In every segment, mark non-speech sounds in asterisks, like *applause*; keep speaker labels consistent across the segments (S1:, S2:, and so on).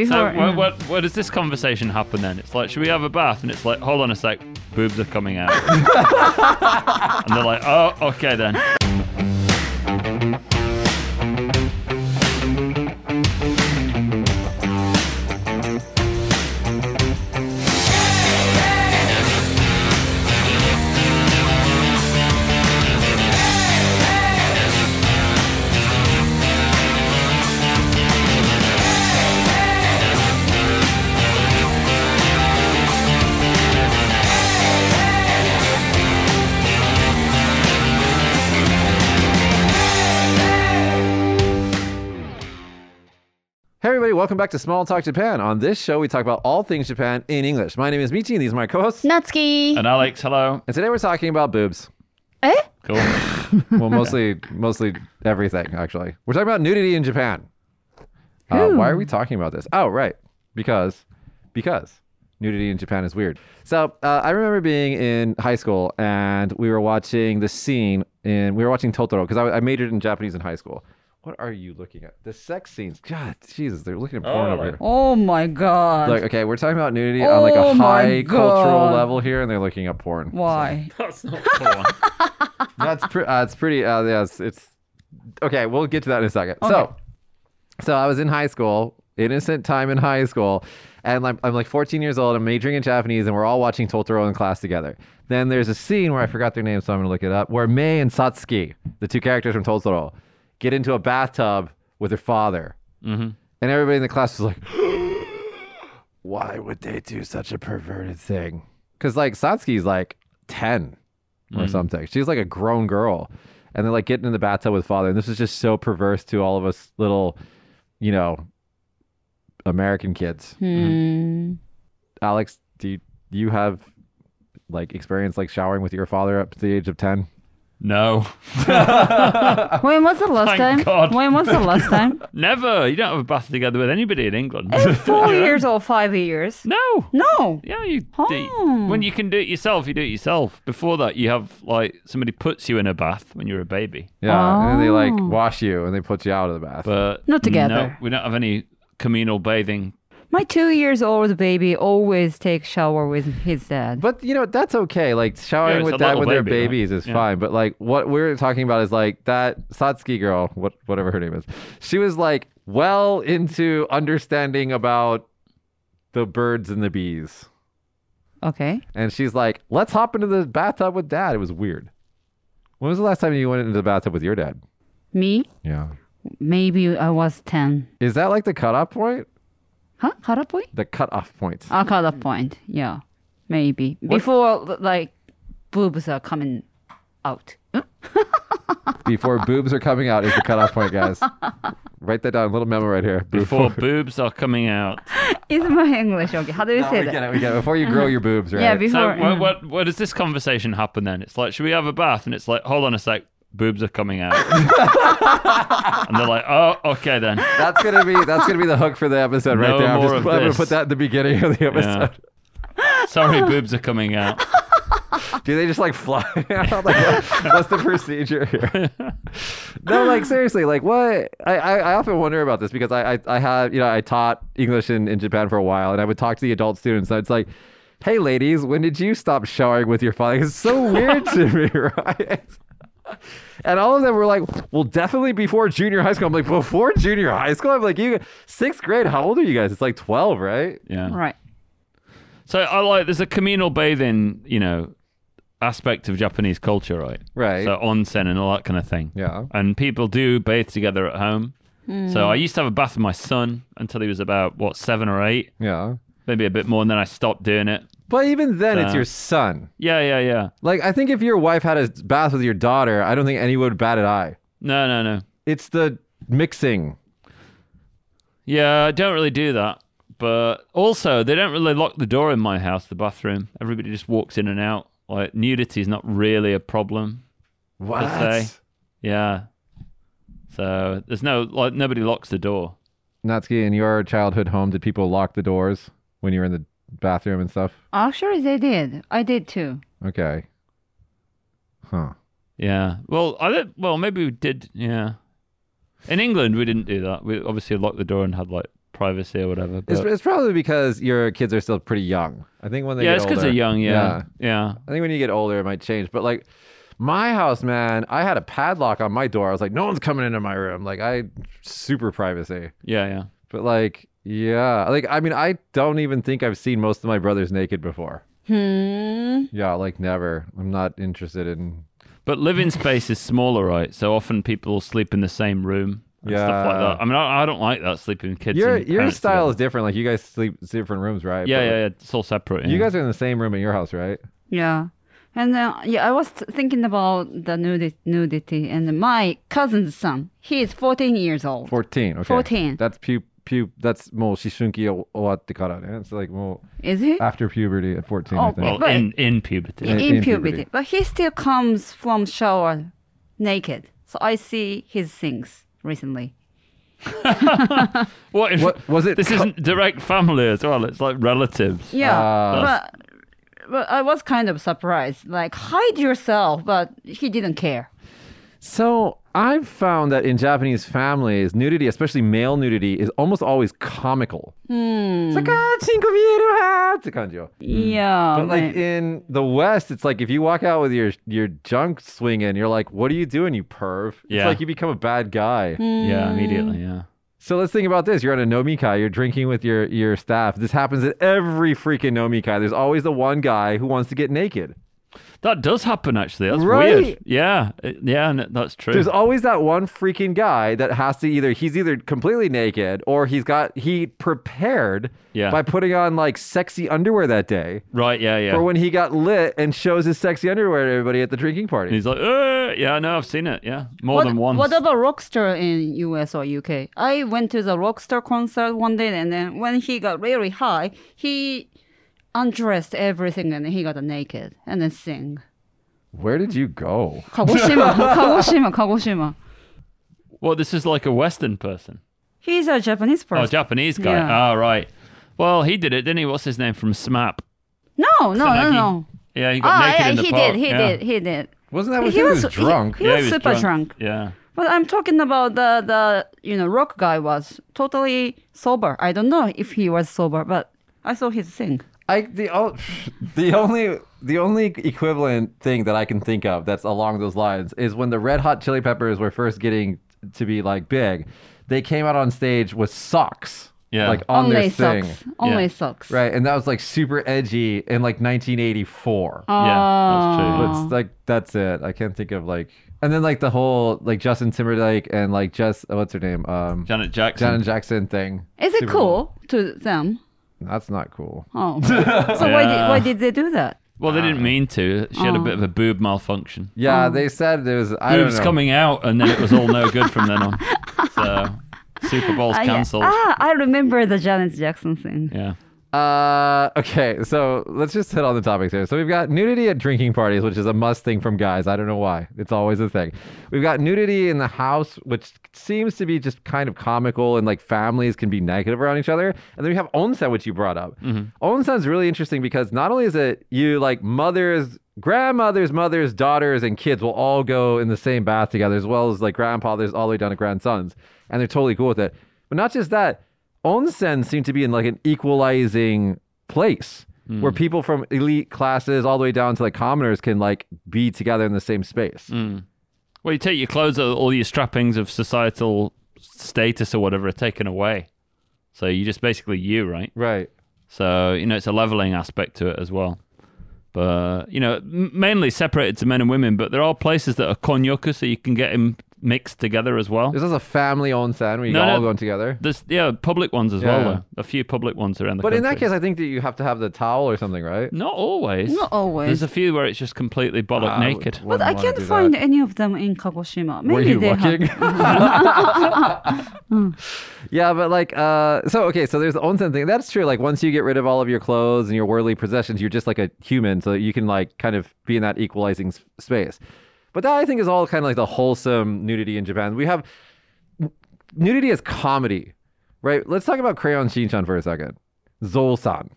S1: So
S2: Before,
S1: where,
S2: mm.
S1: where, where does this conversation happen then? It's like, should we have a bath? And it's like, hold on a sec, boobs are
S2: *laughs*
S1: coming out. and they're like, oh, okay then.
S3: Hey everybody, welcome back to Small Talk Japan. On this show, we talk about all things Japan in English. My name is Michi, and these are my co-hosts.
S2: Natsuki.
S1: And Alex, hello.
S3: And today we're talking about boobs.
S2: Eh?
S1: Cool.
S2: *laughs*
S3: Well, mostly, mostly everything actually. We're talking about nudity in Japan. Uh, why are we talking about this? Oh, right, because, because nudity in Japan is weird. So uh, I remember being in high school and we were watching the scene in we were watching Totoro because I, I majored in Japanese in high school. What are you looking at? The sex scenes. God, Jesus, they're looking at porn
S1: Oh,
S3: over
S1: like-
S3: here.
S2: Oh my god.
S3: Like, okay, we're talking about nudity on like
S2: Oh
S3: a
S2: my
S3: high cultural
S2: God.
S3: level here, and they're looking at porn. *laughs*
S2: Why?
S1: That's not cool.
S3: That's pre- uh, it's pretty. Uh, yeah, it's, it's okay. We'll get to that in a second. So, so I was in high school, innocent time in high school, and I'm, I'm like 14 years old. I'm majoring in Japanese, and we're all watching Totoro in class together. Then there's a scene where I forgot their name, so I'm gonna look it up. Where Mei and Satsuki, the two characters from Totoro, get into a bathtub with her father,
S1: Mhm.
S3: and everybody in the class was like. *gasps* why would they do such a perverted thing? Because like Satsuki's like ten or something. She's like a grown girl, and they're like getting in the bathtub with father. And this is just so perverse to all of us little, you know, American kids. Mm-hmm.
S2: Hmm.
S3: Alex, do you, you have like experience like showering with your father up to the age of ten?
S1: No.
S2: When was the last time?
S1: Thank God.
S2: When was the last
S3: *laughs*
S2: time?
S1: Never. You don't have a bath together with anybody in England. *laughs*
S2: Four years or five years?
S1: No.
S2: No.
S1: Yeah, you
S2: Oh.
S1: do. When you can do it yourself, you do it yourself. Before that, you have like somebody puts you in a bath when you're a baby.
S3: Yeah, and then they like
S2: Oh.
S3: wash you and they put you out of the bath.
S1: But
S2: Not together.
S1: No, we don't have any communal bathing.
S2: My two years old baby always takes shower with his dad.
S3: But you know that's okay. Like showering
S1: it's a
S3: with that
S1: little
S3: with their
S1: baby, right?
S3: babies is
S1: Yeah.
S3: fine. But like what we're talking about is like that Satsuki girl, what whatever her name is. She was like well into understanding about the birds and the bees,
S2: Okay.
S3: and she's like, "Let's hop into the bathtub with dad." It was weird. When was the last time you went into the bathtub with your dad?
S2: Me?
S3: Yeah.
S2: Maybe I was 10.
S3: Is that like the cutoff point?
S2: Huh? Cut up point?
S3: The cutoff point.
S2: Ah, cut up point. Yeah. Maybe. Before, like, boobs are coming out. Huh?
S3: Before boobs are coming out is the cutoff
S2: *laughs*
S3: point, guys. Write that down. Little memo right here.
S1: Before boobs are coming out.
S2: Is my English okay? How do you
S3: No,
S2: say
S3: *laughs* we
S2: that?
S3: get it, we get it. Before you grow your boobs, right?
S2: Yeah, before.
S1: So where,
S2: mm.
S1: where, where does this conversation happen then? It's like, should we have a bath? And it's like, hold on a sec, boobs are coming
S3: *laughs*
S1: out. and they're like, oh, okay then.
S3: That's gonna be that's gonna be the hook for the episode right
S1: No
S3: there. I'm,
S1: more
S3: just,
S1: of
S3: I'm gonna
S1: this.
S3: put that at the beginning of the episode.
S1: Sorry, boobs are coming
S3: *laughs*
S1: out.
S3: Do they just like fly *laughs* out? Like, what's the procedure here? no, like seriously, like what? I, I, I often wonder about this because I, I I have you know I taught English in, in Japan for a while and I would talk to the adult students and it's like. Hey ladies, when did you stop showering with your father? It's so weird to me, *laughs* right? And all of them were like, well, definitely before junior high school. I'm like, before junior high school? I'm like, you sixth grade, how old are you guys? It's like 12, right?
S1: Yeah.
S2: Right.
S1: So I like there's a communal bathing, you know, aspect of Japanese culture, right?
S3: Right.
S1: So onsen and all that kind of thing.
S3: Yeah.
S1: And people do bathe together at home.
S2: Hmm.
S1: So I used to have a bath with my son until he was about what seven or eight,
S3: Yeah.
S1: maybe a bit more, and then I stopped doing it.
S3: But even then, it's
S1: So-
S3: your son.
S1: Yeah, yeah, yeah.
S3: Like, I think if your wife had a bath with your daughter, I don't think anyone would bat an eye.
S1: No, no, no.
S3: It's the mixing.
S1: Yeah, I don't really do that. But also, they don't really lock the door in my house, the bathroom. Everybody just walks in and out. Like, nudity is not really a problem.
S3: What?
S1: say. Yeah. So there's no, like, nobody locks the door.
S3: Natsuki, in your childhood home, did people lock the doors when you were in the bathroom and stuff?
S2: Actually, they did. I did too.
S3: Okay. Huh.
S1: Yeah. Well, I don't, well, maybe we did. Yeah. In England, we didn't do that. We obviously locked the door and had, like, privacy or whatever.
S3: It's,
S1: but-
S3: it's probably because your kids are still pretty young. I think when they
S1: yeah,
S3: get
S1: it's because
S3: older-
S1: they're young. Yeah. yeah,
S3: I think when you get older, it might change. But like my house, man, I had a padlock on my door. I was like, no one's coming into my room. Like I super privacy.
S1: yeah, yeah.
S3: But like, yeah, like I mean, I don't even think I've seen most of my brothers naked before.
S2: Hmm.
S3: Yeah, like never. I'm not interested in.
S1: But
S3: *laughs*
S1: living space is smaller, right? So often people sleep in the same room and stuff like
S3: Yeah.
S1: that. I mean, I, I don't like that sleeping with kids.
S3: Your
S1: and
S3: your
S1: parents
S3: style
S1: together.
S3: is different. Like you guys sleep different rooms, right?
S1: yeah,
S3: But,
S1: yeah,
S3: like,
S1: yeah. It's all separate.
S3: You
S1: yeah.
S3: guys are in the same room at your house, right?
S2: Yeah. And then, yeah, I was th- thinking about the nudity, nudity, and my cousin's son, he is 14 years old.
S3: Fourteen. Okay.
S2: 14.
S3: That's pu pu. That's mo shishunki o- owatte Yeah? It's like well
S2: Is he?
S3: after puberty at fourteen. I
S2: Oh,
S3: think.
S1: well
S2: but-
S1: in in puberty.
S2: in,
S3: Ah, in
S2: in puberty.
S3: puberty.
S2: But he still comes from shower naked. So I see his things recently.
S1: What, if,
S3: What was it?
S1: This isn't direct family as well. It's like relatives.
S2: Yeah.
S3: Ah.
S2: but, but I was kind of surprised. Like, hide yourself. But he didn't care.
S3: So I've found that in Japanese families, nudity, especially male nudity, is almost always comical. It's like ah, cinco mieru ha," it's a kanjo.
S2: Yeah.
S3: But
S2: man.
S3: like in the West, it's like if you walk out with your your junk swinging, you're like, "What are you doing, you perv?" It's
S1: Yeah.
S3: like you become a bad guy.
S1: Yeah, immediately.
S2: Mm.
S1: Yeah.
S3: So let's think about this. You're on a nomikai. You're drinking with your your staff. This happens at every freaking nomikai. There's always the one guy who wants to get naked.
S1: That does happen, actually. That's
S3: Right?
S1: weird. Yeah, it- yeah, n- that's true.
S3: There's always that one freaking guy that has to either he's either completely naked or he's got he prepared
S1: Yeah.
S3: by putting on like sexy underwear that day
S1: right, yeah, yeah.
S3: for when he got lit and shows his sexy underwear to everybody at the drinking
S1: and
S3: party.
S1: he's like, "Uh, yeah, no, I've seen it. Yeah, more
S2: what,
S1: than once.
S2: What about Rockstar in US or UK? I went to the Rockstar concert one day, and then when he got really high, he undressed everything, and he got naked and then sing.
S3: Where did you go?
S1: *laughs*
S2: Kagoshima, Kagoshima, Kagoshima.
S1: well, this is like a Western person.
S2: He's a Japanese
S1: Oh,
S2: person.
S1: Japanese guy.
S2: Yeah.
S1: Ah, right. Well, he did it, didn't he? What's his name from SMAP?
S2: no, no, no,
S1: Tsunagi.
S2: no.
S1: Yeah, he got
S2: Ah,
S1: naked
S2: yeah,
S1: in the
S2: he
S1: park.
S2: did, he
S1: yeah.
S2: did, he did.
S3: Wasn't that when
S2: He
S3: he was,
S2: was- he-
S3: drunk?
S2: he- was super drunk.
S1: Yeah.
S2: But I'm talking about the the you know rock guy was totally sober. I don't know if he was sober, but I saw his thing.
S3: I the o- the only the only equivalent thing that I can think of that's along those lines is when the Red Hot Chili Peppers were first getting to be like big, they came out on stage with socks,
S1: Yeah.
S3: like on
S2: Only
S3: their thing,
S2: socks. Only
S1: Yeah.
S2: socks.
S3: right? And that was like super edgy in like 1984.
S2: Ah.
S1: Yeah, that's
S3: But it's like that's it. I can't think of like, and then like the whole like Justin Timberlake and like Jess, what's her name, um,
S1: Janet Jackson.
S3: Janet Jackson thing.
S2: Is it
S3: Super
S2: cool to them?
S3: That's not cool. *laughs*
S2: Oh, so why did
S1: Yeah.
S2: why did they do that?
S1: Well, they
S3: Ah.
S1: didn't mean to. She
S2: Oh.
S1: had a bit of a boob malfunction.
S3: Yeah, they said it was. I
S1: Boobs
S3: don't know.
S1: coming out, and then it was all no good from then
S2: *laughs*
S1: on. So Super Bowl's
S2: I-
S1: cancelled.
S2: *laughs* Ah, I remember the Janet Jackson thing.
S1: Yeah.
S3: Uh, okay, so let's just hit on the topics here. So we've got nudity at drinking parties, which is a must thing from guys. I don't know why. It's always a thing. We've got nudity in the house, which seems to be just kind of comical and like families can be negative around each other. And then we have onsen, which you brought up. Onsen's really interesting because not only is it you like mothers, grandmothers, mothers, daughters, and kids will all go in the same bath together, as well as like grandfathers all the way down to grandsons. And they're totally cool with it. But not just that, onsen seem to be in like an equalizing place
S1: Hmm.
S3: where people from elite classes all the way down to like commoners can like be together in the same space.
S1: Hmm. Well, you take your clothes, uh, all your strappings of societal status or whatever are taken away. So you're just basically you, right?
S3: Right.
S1: So, you know, it's a leveling aspect to it as well. But, you know, m- mainly separated to men and women, but there are places that are konyoku, so you can get them mixed together as well.
S3: This is a family onsen where you
S1: No,
S3: all
S1: no.
S3: going together.
S1: There's, yeah, public ones as
S3: Yeah.
S1: well, though. A few public ones around the
S3: But in that
S1: country.
S3: case, I think that you have to have the towel or something, right?
S1: Not always.
S2: Not always.
S1: There's a few where it's just completely bollock
S3: I would-
S1: naked.
S2: But
S3: wouldn't
S2: I
S3: wanna
S2: can't
S3: do that.
S2: find any of them in Kagoshima. Maybe
S3: Were you
S2: they
S3: looking?
S2: have. *laughs*
S3: *laughs* yeah, but like, uh, so okay, so there's the onsen thing. That's true. Like, once you get rid of all of your clothes and your worldly possessions, you're just like a human, so you can like kind of be in that equalizing s- space. But that I think is all kind of like the wholesome nudity in Japan. We have n- nudity as comedy, right? Let's talk about Crayon Shinchan for a second. Zol-san.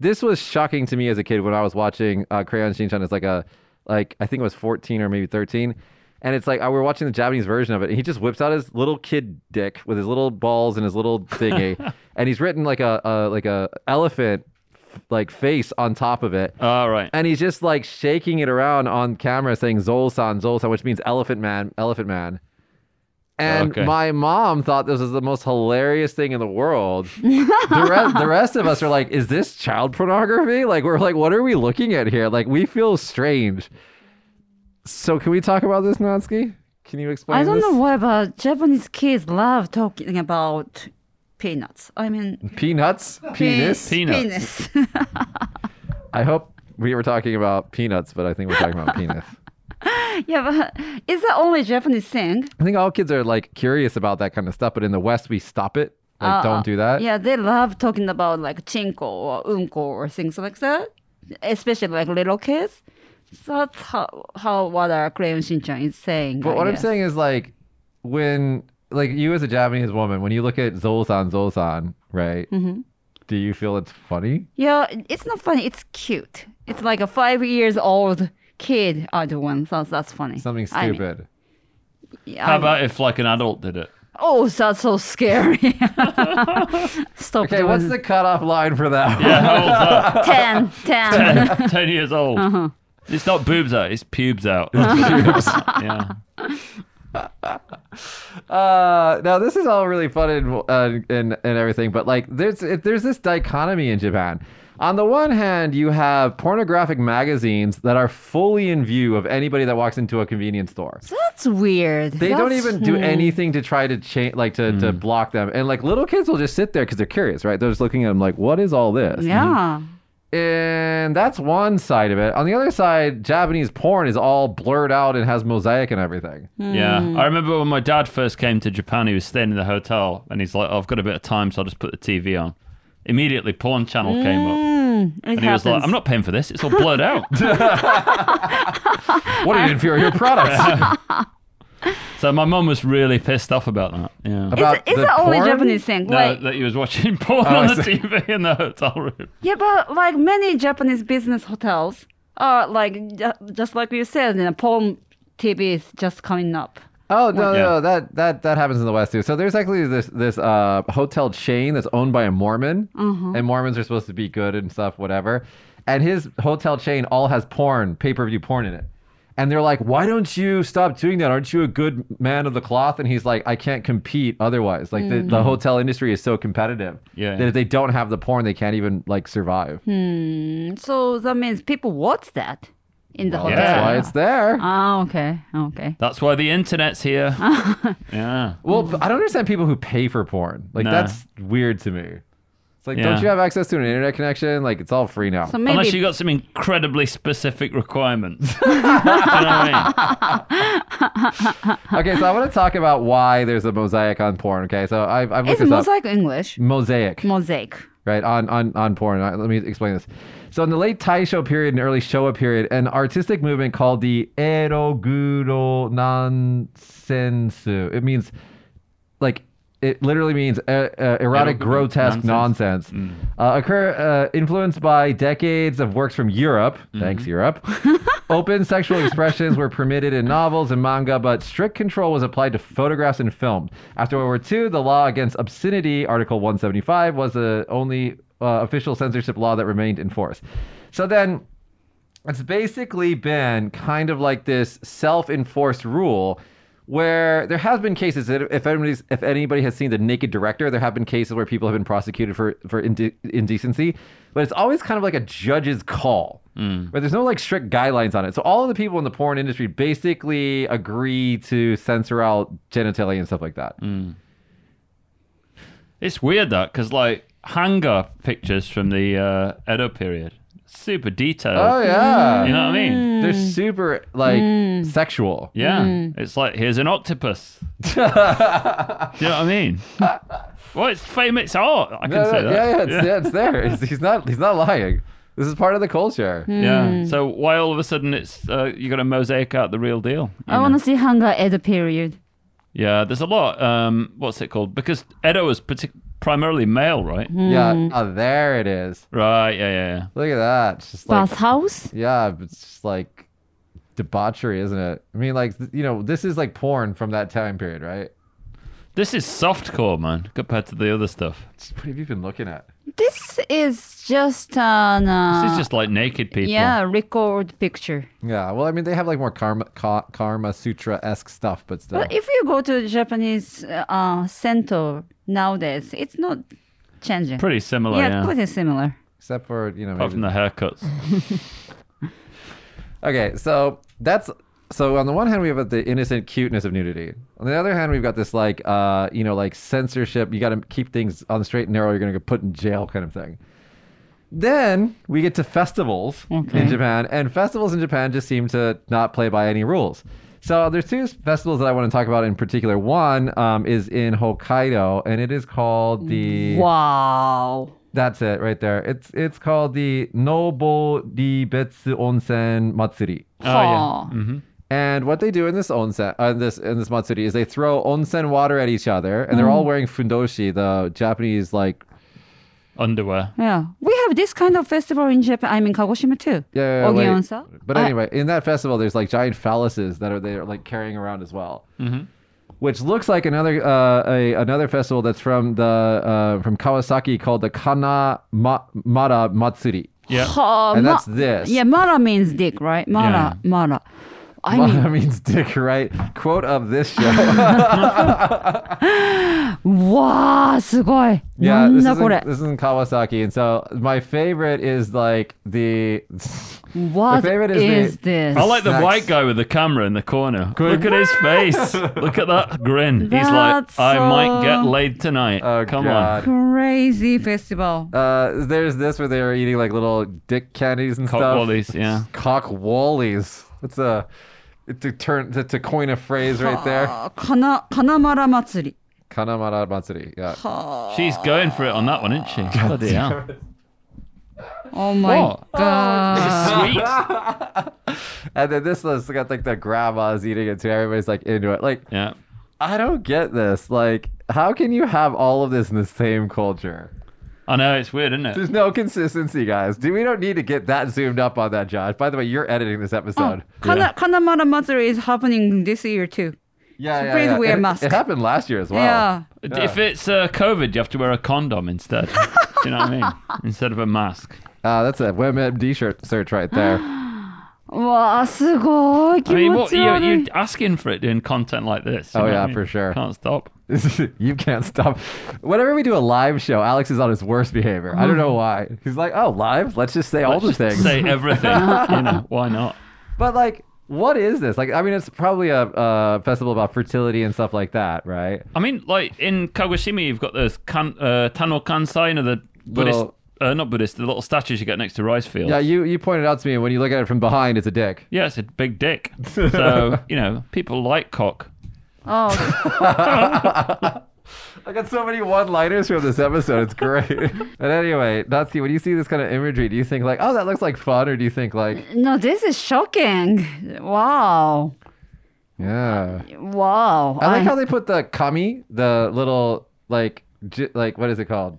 S3: This was shocking to me uh, as a kid when I was watching uh, Crayon Shinchan as like a like I think it was 14 or maybe 13, And it's like I, we're watching the Japanese version of it, and he just whips out his little kid dick with his little balls and his little thingy, and he's written like a, a like a elephant like face on top of it.
S1: All right.
S3: And he's just like shaking it around on camera saying Zol-san, Zol-san, which means elephant man, elephant man. And
S1: Okay.
S3: my mom thought this was the most hilarious thing in
S2: *laughs*
S3: the world. the, re- the rest of us are like, is this child pornography? Like, we're like, what are we looking at here? Like, we feel strange. So, can we talk about this, Natsuki? Can you explain?
S2: I don't
S3: this?
S2: know why, but Japanese kids love talking about peanuts. I mean,
S3: Peanuts? Penis?
S1: Pe- Peanuts.
S2: Penis. *laughs*
S3: I hope we were talking about peanuts, but I think we're talking
S2: *laughs*
S3: about penis.
S2: yeah, but is that only Japanese thing?
S3: I think all kids are like curious about that kind of stuff, but in the West we stop it. Like,
S2: Uh,
S3: don't do that.
S2: Yeah, they love talking about like chinko or unko or things like that, especially like little kids. So that's how, how what our Crayon Shinchan is saying.
S3: But
S2: I
S3: what I'm
S2: guess.
S3: saying is like when like you as a Japanese woman, when you look at Zolsan Zolsan, right?
S2: Mm-hmm.
S3: Do you feel it's funny?
S2: Yeah, it's not funny. It's cute. It's like a five years old kid are doing. So that's funny.
S3: Something
S2: I mean,
S3: stupid.
S2: yeah,
S1: How
S2: I-
S1: about if like an adult did
S2: *laughs*
S1: it?
S2: Oh, that's so scary.
S1: *laughs*
S2: Stop
S3: okay, what's
S2: doing
S3: the cutoff line for that?
S1: Yeah, how old's that?
S2: 10, 10. *laughs*
S1: *laughs* 10, 10 years old.
S2: Uh-huh.
S1: It's not boobs out, it's pubes out. *laughs* yeah.
S3: Uh, now this is all really fun and uh, and, and everything, but like there's it, there's this dichotomy in Japan. On the one hand, you have pornographic magazines that are fully in view of anybody that walks into a convenience store.
S2: That's weird.
S3: They don't
S2: That's-
S3: even do
S2: hmm.
S3: anything to try to change, like to, to block them. And like little kids will just sit there because they're curious, right? They're just looking at them like, what is all this?
S2: Yeah.
S3: Mm-hmm. And that's one side of it. On the other side, Japanese porn is all blurred out and has mosaic and everything.
S2: Hmm.
S1: Yeah. I remember when my dad first came to Japan, he was staying in the hotel and he's like, "Oh, I've got a bit of time, so I'll just put the TV on. Immediately, Porn Channel came up.
S2: Mm, it
S1: And he
S2: happens.
S1: was like, I'm not paying for this. It's all blurred out.
S3: What an
S2: *laughs*
S3: inferior product!
S1: so my mum was really pissed off about that. Yeah.
S2: Is
S3: about
S2: it, is
S3: the
S2: it only
S3: porn?
S2: Japanese thing?
S1: No,
S2: like,
S1: that he was watching *laughs* porn
S3: I
S1: on the
S3: see.
S1: TV in the hotel room.
S2: yeah, but like many Japanese business hotels are like ju- just like you said, and porn TV is just coming up.
S3: Oh no,
S1: Yeah.
S3: no, that that that happens in the West too. So there's actually this this uh, hotel chain that's owned by a Mormon,
S1: Mm-hmm.
S3: and Mormons are supposed to be good and stuff, whatever. And his hotel chain all has porn, pay per view porn in it. And they're like, "Why don't you stop doing that? Aren't you a good man of the cloth?" And he's like, "I can't compete otherwise. Like the, the hotel industry is so competitive
S1: Mm-hmm. Yeah.
S3: that if they don't have the porn, they can't even like survive.
S2: Mm, so that means people watch that in the hotel.
S3: That's why
S1: Yeah.
S3: it's there."
S2: Ah, okay, okay.
S1: That's why the internet's here. yeah.
S3: Well, but I don't understand people who pay for porn. Like
S1: Nah.
S3: that's weird to me. It's like,
S1: Yeah.
S3: don't you have access to an internet connection? Like it's all free now.
S2: So maybe
S1: Unless you got some incredibly specific requirements. *laughs* Do you know what I mean?
S3: okay, so I want to talk about why there's a mosaic on porn. Okay, so I've, I've looked
S2: it's
S3: this up. Mm.
S2: mosaic English.
S3: Mosaic,
S2: Mosaic.
S3: right on on on porn. Uh, Let me explain this. So in the late Taisho period and early Showa period, an artistic movement called the Eroguro Nansensu. It means like it literally means uh, uh, erotic,
S1: Erotic
S3: grotesque nonsense,
S1: nonsense. Mm.
S3: Uh, occur uh, influenced by decades of works from Europe.
S1: Mm-hmm. *laughs*
S3: Thanks, Europe. Open sexual expressions were permitted in novels and manga, but strict control was applied to photographs and film. After World War II, the law against obscenity, Article 175, was the only uh, official censorship law that remained in force. So then it's basically been kind of like this self-enforced rule where there has been cases that if anybody's if anybody has seen the naked director there have been cases where people have been prosecuted for for inde- indecency but it's always kind of like a judge's call where there's no like strict guidelines on it so all of the people in the porn industry basically agree to censor out genitalia and stuff like that
S1: It's weird that because like hangar pictures from the uh, Edo period, super detailed.
S3: oh yeah
S1: You know what I
S2: Mm.
S1: mean?
S3: they're super like sexual
S1: Yeah, it's like here's an
S3: *laughs*
S1: octopus. Do you know what I mean? well, it's famous it's art. I can
S3: No,
S1: say
S3: no,
S1: that.
S3: yeah, yeah, it's, yeah, it's there.
S1: *laughs*
S3: It's- he's not. He's not lying. This is part of the culture.
S2: Mm.
S1: Yeah. So why all of a sudden it's uh, you got to mosaic out the real deal? you
S2: I
S1: know?
S2: want to see hunger at the period.
S1: Yeah, there's a lot. Um, what's it called? Because Edo was partic- primarily male, right?
S2: Mm-hmm.
S3: Yeah. Oh, there it is.
S1: Right. Yeah. Yeah. yeah.
S3: Look at that. It's just like
S2: Bathhouse?
S3: yeah. It's just like debauchery, isn't it? I mean, like th- you know, this is like porn from that time period, right?
S1: This is softcore, man, compared to the other stuff.
S3: It's- What have you been looking at?
S2: This is just an. Uh,
S1: This is just like naked people.
S2: yeah, record picture.
S3: Yeah, well, I mean, they have like more karma, ka- karma sutra esque stuff, but still.
S2: But if you go to Japanese uh, center nowadays, it's not changing.
S1: Pretty similar,
S2: yeah,
S1: Oh, yeah.
S2: pretty similar.
S3: Except for you know,
S1: Apart from
S3: maybe-
S1: the haircuts.
S3: Okay, so that's so on the one hand we have the innocent cuteness of nudity. On the other hand, we've got this like uh you know like censorship. You got to keep things on the straight and narrow. You're gonna get put in jail kind of thing. Then we get to festivals in Japan, and festivals in Japan just seem to not play by any rules. So there's two festivals that I want to talk about in particular. One um, is in Hokkaido, and it is called the.
S2: Wow.
S3: That's it right there. It's it's called the Nobo Betsu Onsen Matsuri.
S1: Oh, yeah.
S2: Huh.
S3: And what they do in this onsen, uh, this in this matsuri, is they throw onsen water at each other, and they're
S2: Mm.
S3: all wearing fundoshi, the Japanese like.
S1: Underwear.
S2: Yeah, we have this kind of festival in Japan. I mean, Kagoshima too.
S3: Yeah, yeah, yeah, wait.
S2: Ogi-onsa.
S3: But
S2: I-
S3: anyway, in that festival, there's like giant phalluses that are they are like carrying around as well, which looks like another uh, a, another festival that's from the uh, from Kawasaki called the Kana Ma- Mara Matsuri.
S1: Yeah.
S2: Uh, Ha-
S3: And
S2: ma-
S3: that's this.
S2: Yeah, mara means dick, right? Mara, mara. I mean,
S3: Mara *laughs* means dick, right? Quote of this
S2: *laughs*
S3: show.
S2: wow, すごい。
S3: yeah,
S2: なん
S3: this
S2: だ
S3: is,
S2: こ
S3: in,
S2: れ。
S3: this is in Kawasaki, and so my favorite is like the. *laughs*
S2: What
S3: favorite is
S2: is this?
S1: I like the
S3: Snacks.
S1: white guy with the camera in the corner. Look at his face. Look at that grin. He's
S2: That's
S1: like, I might
S2: so-
S1: get laid tonight.
S3: Oh
S1: Come
S3: God.
S2: Crazy festival.
S3: Uh, there's this where they were eating like little dick candies and
S1: Cock
S3: stuff.
S1: wallies, yeah.
S3: Cock wallies. That's a to turn to, to coin a phrase right there.
S2: あーかな、金丸祭り。
S3: Kanamara Matsuri. Yeah.
S1: on. She's going for it on that one, isn't she?
S3: *laughs*
S1: Bloody hell.
S2: Oh my
S1: What?
S2: god.
S1: Sweet.
S3: And then this one's got like the grandma's eating it too. Everybody's like into it. Like
S1: Yeah.
S3: I don't get this. Like how can you have all of this in the same culture?
S1: I know, it's weird, isn't it?
S3: There's no consistency, guys. Do we don't need to get that zoomed up on that, Josh? By the way, you're editing this episode.
S1: Yeah.
S2: かなまら祭り is happening this year too.
S3: yeah, yeah,
S2: please
S3: yeah.
S2: wear
S3: It-
S2: mask.
S3: It, happened last year as well.
S2: Yeah.
S1: If it's uh, COVID, you have to wear a condom instead. Do you know what I
S3: *laughs*
S1: mean? Instead of a mask.
S3: Uh, that's a WebMD shirt search right there.
S1: *gasps*
S3: *laughs*
S2: わあ、すごい。気
S1: I mean,
S2: 持
S1: what,
S2: ち
S1: you're,
S2: 悪
S1: you're
S2: い。
S1: asking for it doing content like this. you know
S3: Oh,
S1: what
S3: yeah,
S1: I mean?
S3: for sure.
S1: Can't stop.
S3: you can't stop. Whenever we do a live show, Alex is on his worst behavior. I don't know why. He's like, oh, live? Let's just say all
S1: Mm-hmm. Let's
S3: the
S1: just
S3: things.
S1: Say
S3: *laughs*
S1: everything. you know, why not?
S3: But, like, what is this? Like, I mean, it's probably a uh, festival about fertility and stuff like that, right?
S1: I mean, like in Kagoshima, you've got those kan, uh, Tano Kansai, you know, the Buddhist,
S3: Little-
S1: uh, not Buddhist, the little statues you get next to rice fields.
S3: Yeah, you, you pointed out to me when you look at it from behind, it's a dick.
S1: Yeah, it's a big
S3: *laughs*
S1: dick. So, you know, people like cock.
S2: あー
S3: I got so many one liners from this episode. It's great. *laughs* but anyway, Natsuki, when you see this kind of imagery, do you think, like, oh, that looks like fun? Or do you think, like,
S2: No, this is shocking. Wow.
S3: yeah.
S2: Wow.
S3: I like how they put the kami, the little, like, j- like what is it called?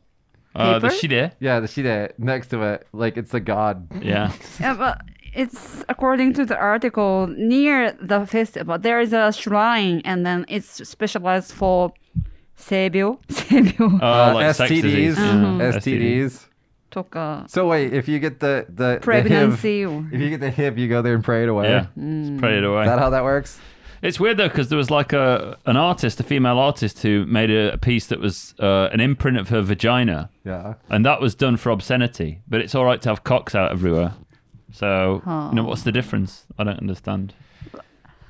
S1: Uh, the
S2: Paper?
S1: shide.
S3: Yeah, the shide next to it, like it's a god.
S1: Yeah.
S2: Yeah, *laughs* but it's according to the article near the festival. There is a shrine, and then it's specialized for seibyo, *laughs* seibyo
S1: Oh,
S3: Uh,
S1: like sex disease.
S3: STDs,
S2: Uh-huh.
S1: Yeah,
S3: STDs.
S2: toka
S3: So wait, if you get the the
S2: pregnancy.
S3: the
S2: or-
S3: HIV, if you get the hip, you go there and pray it away.
S1: Yeah,
S3: Is
S1: it's prayed away.
S3: that how that works?
S1: It's weird though because there was like a an artist, a female artist, who made a, a piece that was uh, an imprint of her vagina,
S3: Yeah.
S1: and that was done for obscenity. But it's all right to have cocks out everywhere. So, you know, what's the difference? I don't understand.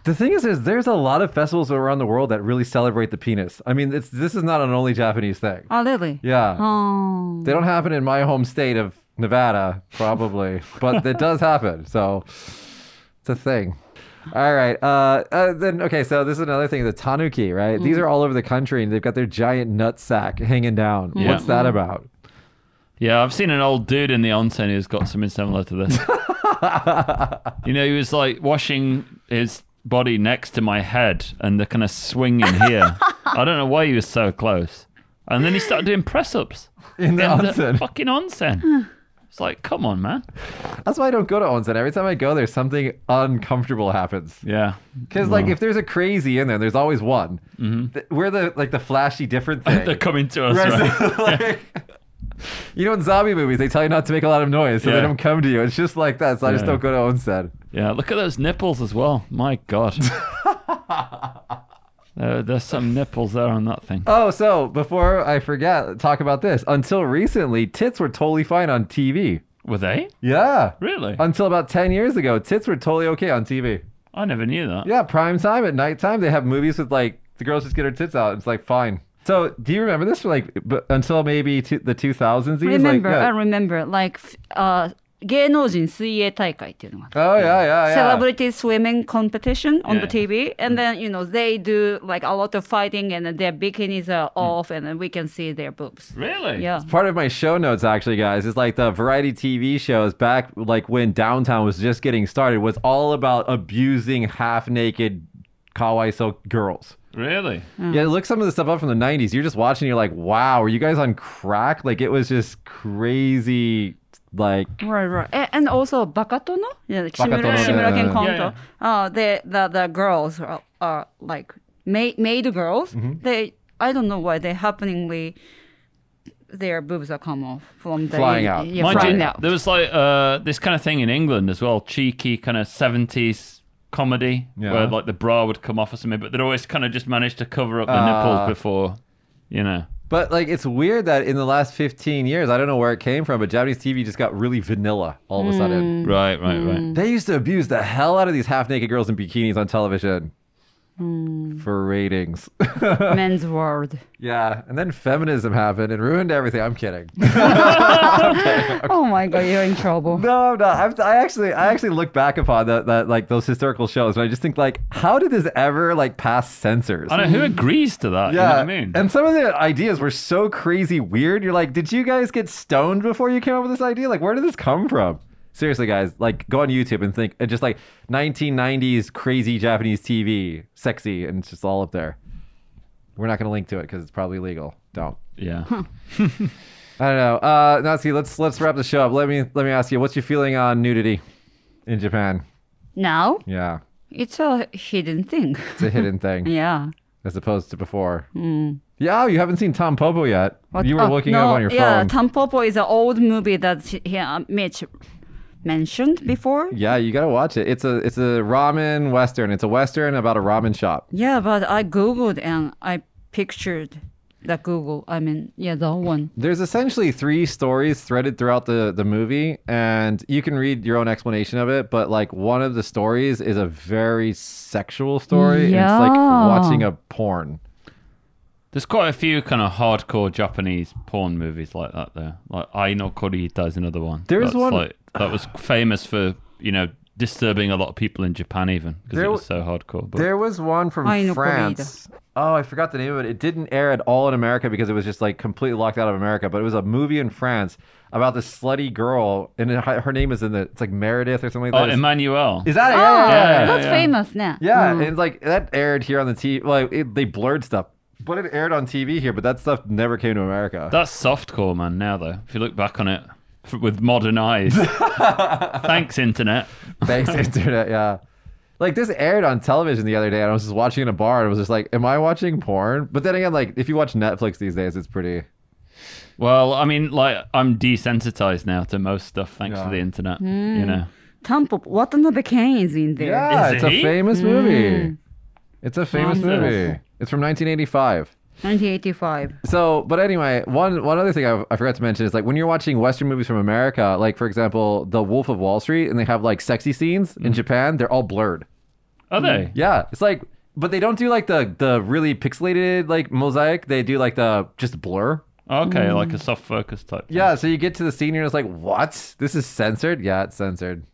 S3: The thing is, is there's a lot of festivals around the world that really celebrate the penis. I mean, it's this is not an only Japanese thing.
S2: Oh, really?
S3: Yeah.
S2: Oh.
S3: They don't happen in my home state of Nevada, probably, but it does happen. So it's a thing. All right. Uh, uh, then okay. So this is another thing. The tanuki, right? These are all over the country, and they've got their giant nut sack hanging down.
S1: Yeah.
S3: What's that about?
S1: Yeah, I've seen an old dude in the onsen who's got something similar to
S3: *laughs*
S1: this. you know, he was like washing his body next to my head and the kind of swing in here. I don't know why he was so close. And then he started doing press ups
S3: In the *laughs* onsen.
S1: fucking onsen. It's like, come on, man.
S3: That's why I don't go to onsen. Every time I go there, something uncomfortable happens.
S1: Yeah.
S3: Because like if there's a crazy in there, there's always one. Th- we're the like Mm-hmm. *laughs* the flashy different
S1: *laughs*
S3: thing.
S1: They're coming to us,
S3: Whereas, *laughs*
S1: right?
S3: like, you know, in zombie movies, they tell you not to make a lot of noise, so
S1: Yeah.
S3: they don't come to you. It's just like that. So I just
S1: Yeah.
S3: don't go to onsen.
S1: Yeah, look at those nipples as well. My
S3: *laughs*
S1: God. There- there's some nipples there on that thing.
S3: Oh, so before I forget, talk about this. Until recently, tits were totally fine on TV.
S1: Were they?
S3: Yeah.
S1: Really?
S3: Until about 10 years ago, tits were totally okay on TV.
S1: I never knew that.
S3: Yeah, prime time at nighttime, they have movies with like the girls just get her tits out. It's like fine. So, do you remember this? Like, b- until maybe two the 2000s? years? Like,
S2: remember,
S3: yeah.
S2: I remember, like, f- uh, 芸能人水泳大会っていうのがあって
S3: Oh yeah, yeah, Mm.
S2: celebrity
S3: yeah.
S2: swimming competition on
S1: Yeah.
S2: the TV, and then you know they do like a lot of fighting, and then their bikinis
S3: Mm.
S2: are off, and then we can see their boobs.
S1: Really?
S2: Yeah,
S3: Part of my show notes, actually, guys, is like the variety TV shows back, like when Downtown was just getting started, was all about abusing half-naked kawaii so girls.
S1: Really?
S3: Yeah, look some of the stuff up from the '90s. You're just watching, you're like, wow, are you guys on crack? Like it was just crazy, like
S2: right, right, A- and also Bakatono, yeah, like Shimura,
S3: Bakatono, yeah,
S2: Shimura
S3: yeah,
S2: Ken
S3: yeah.
S1: Yeah,
S2: Konto. Uh, the the the girls are, are like ma- made girls.
S3: Mm-hmm.
S2: They I don't know why they happeningly their boobs are come off from the
S3: Flying out.
S2: Yeah,
S1: Mind
S2: flying
S1: you,
S2: out.
S1: there was like uh, this kind of thing in England as well, cheeky kind of seventies comedy
S3: Yeah.
S1: where like the bra would come off or something, but they'd always kind of just manage to cover up the
S3: Ah.
S1: nipples before, you know.
S3: But like it's weird that in the last 15 years, I don't know where it came from, but Japanese TV just got really vanilla all of a sudden.
S1: Right, right, right.
S3: They used to abuse the hell out of these half-naked girls in bikinis on television for ratings.
S2: *laughs*
S3: *laughs*
S2: men's world.
S3: yeah, and then feminism happened and ruined everything. I'm kidding. *laughs*
S2: Oh my god, you're in trouble.
S3: *laughs* no, I'm not. I'm, I actually, I actually look back upon that, that like those historical shows, and I just think like, how did this ever like pass censors?
S1: I know who agrees to that.
S3: Yeah,
S1: You know what I mean?
S3: and some of the ideas were so crazy weird. You're like, did you guys get stoned before you came up with this idea? Like, where did this come from? Seriously, guys, like, go on YouTube and think, and just like 1990s crazy Japanese TV, sexy, and it's just all up there. We're not gonna link to it because it's probably illegal. Don't.
S1: yeah.
S3: I don't know. Uh, Natsuki, let's let's wrap the show up. Let me let me ask you, what's your feeling on nudity in Japan?
S2: Now
S3: Yeah,
S2: it's a hidden thing. *laughs*
S3: it's a hidden thing
S2: Yeah.
S3: as opposed to before. Yeah, you haven't seen Tom Popo yet. You were
S2: oh,
S3: looking it
S2: Hmm. no,
S3: up on your
S2: yeah,
S3: phone.
S2: Tampopo is an old movie that he- he, uh, Mitch mentioned before.
S3: Yeah, you gotta watch it. It's a it's a ramen western. It's a western about a ramen shop.
S2: Yeah, but I googled and I pictured that Google. I mean, yeah, that one.
S3: There's essentially three stories threaded throughout the the movie, and you can read your own explanation of it. But like one of the stories is a very sexual story. And it's like
S2: Yeah.
S3: watching a porn.
S1: There's quite a few kind of hardcore Japanese porn movies like that, though. Like Ai no Korihita is another one.
S3: There is
S1: That's
S3: one-
S1: like- that was famous for you know disturbing a lot of people in Japan, even because
S3: There
S1: it was so hardcore. But
S3: There was one from
S2: Aino
S3: France. Oh, I forgot the name of it. It didn't air at all in America because it was just like completely locked out of America. But it was a movie in France about this slutty girl, and it- her name is in the. It's like Meredith or something like
S1: oh,
S3: that. It's-
S1: Emmanuel.
S3: is that? it?
S2: Ah,
S3: yeah, yeah, yeah.
S2: that's
S1: yeah.
S2: famous Mm. now.
S3: Yeah, and like that aired here on the TV. Like it, they blurred stuff, but it aired on TV here. But that stuff never came to America.
S1: *laughs* That's softcore, man. Now though, if you look back on it f- with modern eyes,
S3: *laughs*
S1: thanks internet.
S3: Thanks, *laughs* internet. Yeah, like this aired on television the other day, and I was just watching in a bar, and I was just like, "Am I watching porn?" But then again, like if you watch Netflix these days, it's pretty.
S1: Well, I mean, like I'm desensitized now to most stuff thanks
S3: Yeah.
S1: to the internet. You know,
S2: Tampopo, Watanabe Kane is in there.
S3: Yeah,
S1: Is
S3: it's
S1: he?
S3: a famous movie. It's a famous
S2: Wonderful.
S3: movie. It's from 1985.
S2: 1985.
S3: So, but anyway, one one other thing I, I forgot to mention is like when you're watching Western movies from America, like for example, The Wolf of Wall Street, and they have like sexy scenes in
S1: Mm.
S3: Japan, they're all blurred.
S1: are they?
S3: Yeah, it's like, but they don't do like the the really pixelated like mosaic. They do like the just blur.
S1: Okay, like a soft focus type. thing.
S3: Yeah, so you get to the scene, you're just like, what? This is censored? Yeah, it's censored.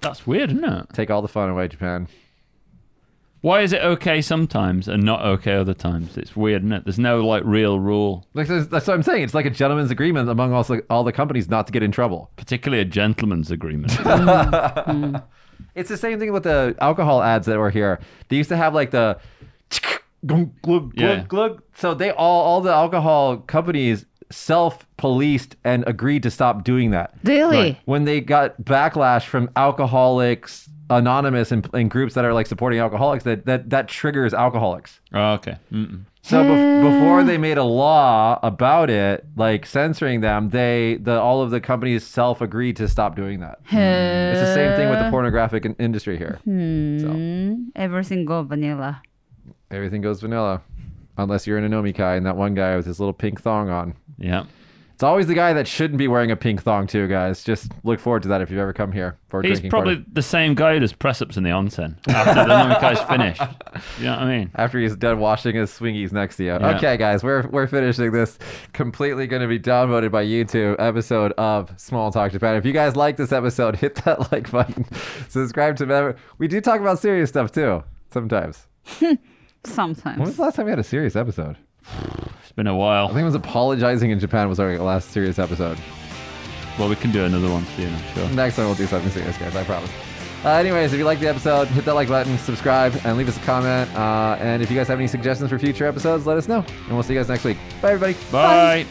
S1: that's weird, isn't it?
S3: Take all the fun away, Japan.
S1: Why is it okay sometimes and not okay other times? It's weird, isn't it? There's no like real rule,
S3: Like that's, that's what I'm saying. It's like a gentleman's agreement among all the, all the companies not to get in trouble.
S1: particularly a gentleman's agreement.
S3: *laughs* It's the same thing with the alcohol ads that were here. They used to have like the glug glug glug
S1: Yeah.
S3: glug. So they all all the alcohol companies self-policed and agreed to stop doing that.
S2: Really?
S1: Right.
S3: When they got backlash from Alcoholics Anonymous and, and groups that are like supporting alcoholics, that that, that triggers alcoholics.
S1: Oh, okay. Mm-mm.
S3: So bef- before they made a law about it, like censoring them, they the all of the companies self agreed to stop doing that. It's the same thing with the pornographic in- industry here.
S2: Mm, everything go vanilla.
S3: Everything goes vanilla, unless you're an Anomi guy and that one guy with his little pink thong on.
S1: Yeah.
S3: It's always the guy that shouldn't be wearing a pink thong too, guys. Just look forward to that if you've ever come here for a
S1: He's
S3: drinking
S1: probably
S3: party.
S1: the same guy who does press ups in the onsen after the Nomikai's
S3: *laughs*
S1: finished. You know what I mean?
S3: After he's done washing his swingies next to you.
S1: Yeah.
S3: Okay, guys, we're, we're finishing this completely going to be downvoted by YouTube episode of Small Talk Japan. If you guys like this episode, *laughs* hit that like button. Subscribe to Mem- We do talk about serious stuff too, sometimes. When was
S2: Sometimes.
S3: the last time we had a serious episode?
S1: It's been a
S3: I
S1: while.
S3: think it was Apologizing in Japan was our last serious episode.
S1: Well, we can do another one soon, I'm sure.
S3: Next time we'll do something serious, guys. I promise. Uh, anyways, if you like the episode, hit that like button, subscribe, and leave us a comment. Uh, and if you guys have any suggestions for future episodes, let us know. And we'll see you guys next week. Bye, everybody.
S1: Bye.